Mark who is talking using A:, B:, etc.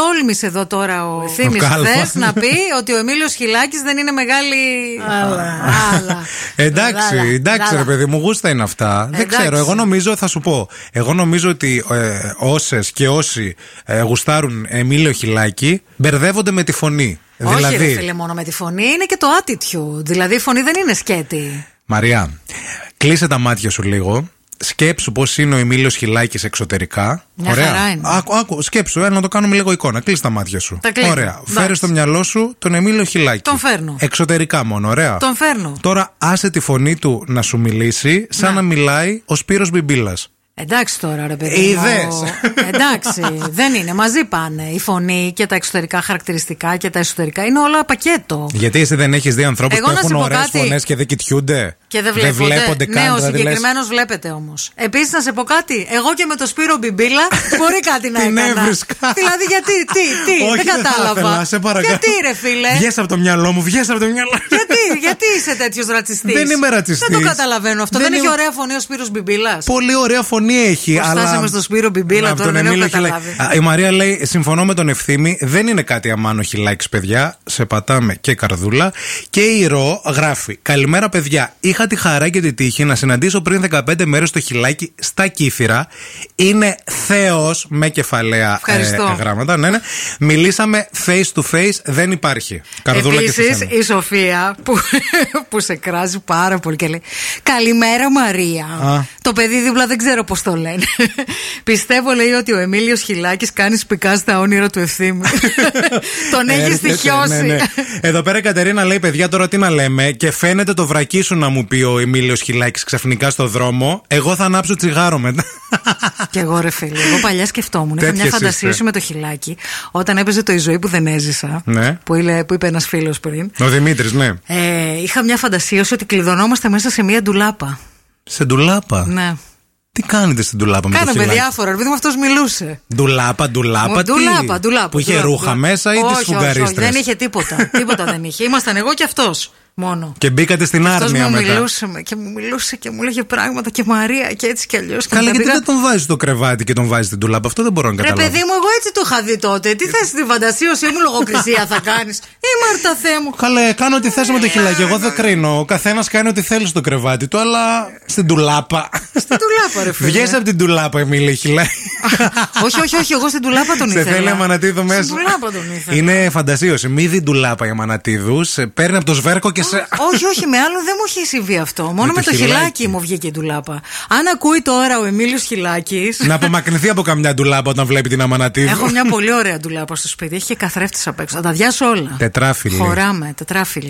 A: τόλμησε εδώ τώρα ο Θήμη
B: Κάλφα.
A: χθες να πει ότι ο Εμίλιος Χιλάκης δεν είναι μεγάλη.
C: Αλλά.
A: Αλλά.
B: Εντάξει,
A: Δάλα,
B: εντάξει,
A: δάλα.
B: ρε παιδί μου, γούστα είναι αυτά. Δεν
A: Εντάξει.
B: ξέρω, εγώ νομίζω, θα σου πω. Εγώ νομίζω ότι ε, όσες και όσοι ε, γουστάρουν Εμίλιο Χιλάκη μπερδεύονται με τη φωνή.
A: Όχι,
B: δηλαδή,
A: ρε φίλε, μόνο με τη φωνή. Είναι και το attitude. Δηλαδή, η φωνή δεν είναι σκέτη.
B: Μαριά, κλείσε τα μάτια σου λίγο. Σκέψου πώς είναι ο Εμίλιος Χιλάκης εξωτερικά.
A: Μια
B: Ωραία.
A: χαρά είναι.
B: Άκου, άκου, σκέψου, ε, να το κάνουμε λίγο εικόνα. Κλείσει τα μάτια σου.
A: Τα κλείνω.
B: Ωραία.
A: Εντάξει.
B: Φέρες στο μυαλό σου τον Εμίλιο Χιλάκη.
A: Τον φέρνω.
B: Εξωτερικά μόνο, ωραία.
A: Τον φέρνω.
B: Τώρα άσε τη φωνή του να σου μιλήσει σαν
A: Ναι.
B: να, μιλάει ο Σπύρος Μπιμπίλας.
A: Εντάξει τώρα, ρε παιδί. μου.
B: Είδες.
A: Εντάξει, δεν είναι. Μαζί πάνε. Η φωνή και τα εξωτερικά χαρακτηριστικά και τα εσωτερικά είναι όλα πακέτο.
B: Γιατί εσύ δεν έχεις δει ανθρώπους
A: Εγώ
B: που
A: να
B: έχουν
A: σου πω
B: ωραίες
A: κάτι.
B: φωνές και δεν κοιτιούνται.
A: Και δεν βλέπονται.
B: βλέπονται καν.
A: ναι, ο
B: δηλαδή λες,
A: συγκεκριμένος βλέπετε όμως. Επίσης, να σε πω κάτι. Εγώ και με το Σπύρο Μπιμπίλα μπορεί κάτι να
B: Την
A: έκανα.
B: έβρισκα.
A: Δηλαδή, γιατί, τι, τι,
B: ναι, Όχι,
A: δεν
B: θα
A: κατάλαβα.
B: ήθελα, σε παρακαλώ.
A: γιατί, ρε φίλε.
B: Βγες από το μυαλό μου, βγες από το μυαλό μου.
A: γιατί, γιατί είσαι τέτοιος ρατσιστής.
B: Δεν είμαι ρατσιστής.
A: Δεν το καταλαβαίνω αυτό.
B: Δεν
A: Δεν,
B: είμαι-
A: έχει ωραία φωνή ο Σπύρος Μπιμπίλας.
B: Πολύ ωραία φωνή έχει.
A: Πώς
B: αλλά...
A: φτάσαμε στο Σπύρο Μπιμπίλα,
B: Απ'
A: τώρα δεν έχω
B: Εμίλιο
A: καταλάβει.
B: Χιλάκη. Α, Η Μαρία λέει: Συμφωνώ με τον ευθύμη. Δεν είναι κάτι αμάνο χιλάκι, παιδιά. Σε πατάμε και καρδούλα. Και η Ρο γράφει: Καλημέρα, παιδιά. Είχα τη χαρά και τη τύχη να συναντήσω πριν 15 μέρες το χιλάκι στα κύθυρα. Είναι θεός με κεφαλαία
A: Ευχαριστώ.
B: ε, γράμματα. Ναι, ναι. Μιλήσαμε face to face. Δεν υπάρχει. Καρδούλα και σε
A: Επίσης,
B: σένα.
A: η Σοφία που, που σε κράζει πάρα πολύ και λέει Καλημέρα Μαρία.
B: Α.
A: Το παιδί δίπλα δεν ξέρω πώς το λένε. Πιστεύω λέει ότι ο Εμίλιος Χιλάκη κάνει σπικά στα όνειρα του ευθύμου. Τον έχει
B: Έρχεται,
A: στοιχειώσει.
B: ναι, ναι. Εδώ πέρα η Κατερίνα λέει: Παιδιά, τώρα τι να λέμε. Και φαίνεται το βρακί σου να μου πει ο Εμίλιος Χιλάκης ξαφνικά στο δρόμο. Εγώ θα ανάψω τσιγάρο μετά.
A: Κι εγώ ρε φίλε, εγώ παλιά σκεφτόμουν. Είχα μια
B: Τέτοιες
A: φαντασίωση
B: είστε.
A: με το χιλάκι όταν έπαιζε το Η ζωή που δεν έζησα.
B: Ναι.
A: Που, ήλε- που είπε ένας φίλος πριν.
B: ο Δημήτρης, ναι.
A: Ε, είχα μια φαντασίωση ότι κλειδωνόμαστε μέσα σε μια ντουλάπα.
B: Σε ντουλάπα.
A: Ναι.
B: Τι κάνετε στην ντουλάπα με το
A: Κάναμε
B: χιλάκι.
A: διάφορα, επειδή μου αυτός μιλούσε.
B: Ντουλάπα, ντουλάπα.
A: Μου-
B: τι?
A: Ντουλάπα, ντουλάπα.
B: Που είχε
A: ντουλάπα,
B: ρούχα
A: ντουλάπα.
B: μέσα ή
A: Όχι,
B: τις
A: όχι, όχι,
B: σφουγγαρίστρε.
A: Δεν είχε τίποτα. τίποτα δεν είχε. Ήμασταν εγώ και αυτός μόνο.
B: Και μπήκατε στην
A: Αυτός
B: άρμια
A: μου
B: μετά.
A: μιλούσε με- και μου μιλούσε και μου λέγε πράγματα και Μαρία και έτσι κι αλλιώς.
B: Καλά, γιατί δεν τον βάζεις στο κρεβάτι και τον βάζεις στην ντουλάπα. Αυτό δεν μπορώ να
A: Ρε
B: καταλάβω.
A: παιδί μου, εγώ έτσι το είχα δει τότε. Τι θες στην φαντασίωσή μου, λογοκρισία θα κάνεις. Ε, Μάρτα, θέ μου.
B: Καλέ, κάνω ό,τι θες με
A: Ε,
B: το χιλάκι.
A: ναι,
B: Εγώ δεν κρίνω. Ο καθένας κάνει ό,τι θέλει στο κρεβάτι του, αλλά στην τουλάπα.
A: Στην τουλάπα, ρε φίλε.
B: Βγες από την τουλάπα, Εμίλη, χιλάκι.
A: όχι, όχι, όχι, εγώ στην τουλάπα τον
B: Σε
A: ήθελα.
B: θέλει αμανατίδου μέσα.
A: Στην τουλάπα τον ήθελα.
B: Είναι φαντασίωση. Μη δει τουλάπα η αμανατίδου. Σε παίρνει από το σβέρκο και σε.
A: όχι, όχι, με άλλο δεν μου έχει συμβεί αυτό. Μόνο
B: το
A: με το
B: χιλάκι.
A: χιλάκι μου βγήκε η ντουλάπα. Αν ακούει τώρα ο Εμίλιος Χιλάκης.
B: να απομακρυνθεί από καμιά τουλάπα όταν βλέπει την αμανατίδου.
A: Έχω μια πολύ ωραία ντουλάπα στο σπίτι. Έχει και καθρέφτη απ' έξω. Θα τα διάσω όλα.
B: Τετράφυλλη.
A: Χωράμε, τετράφυλλη.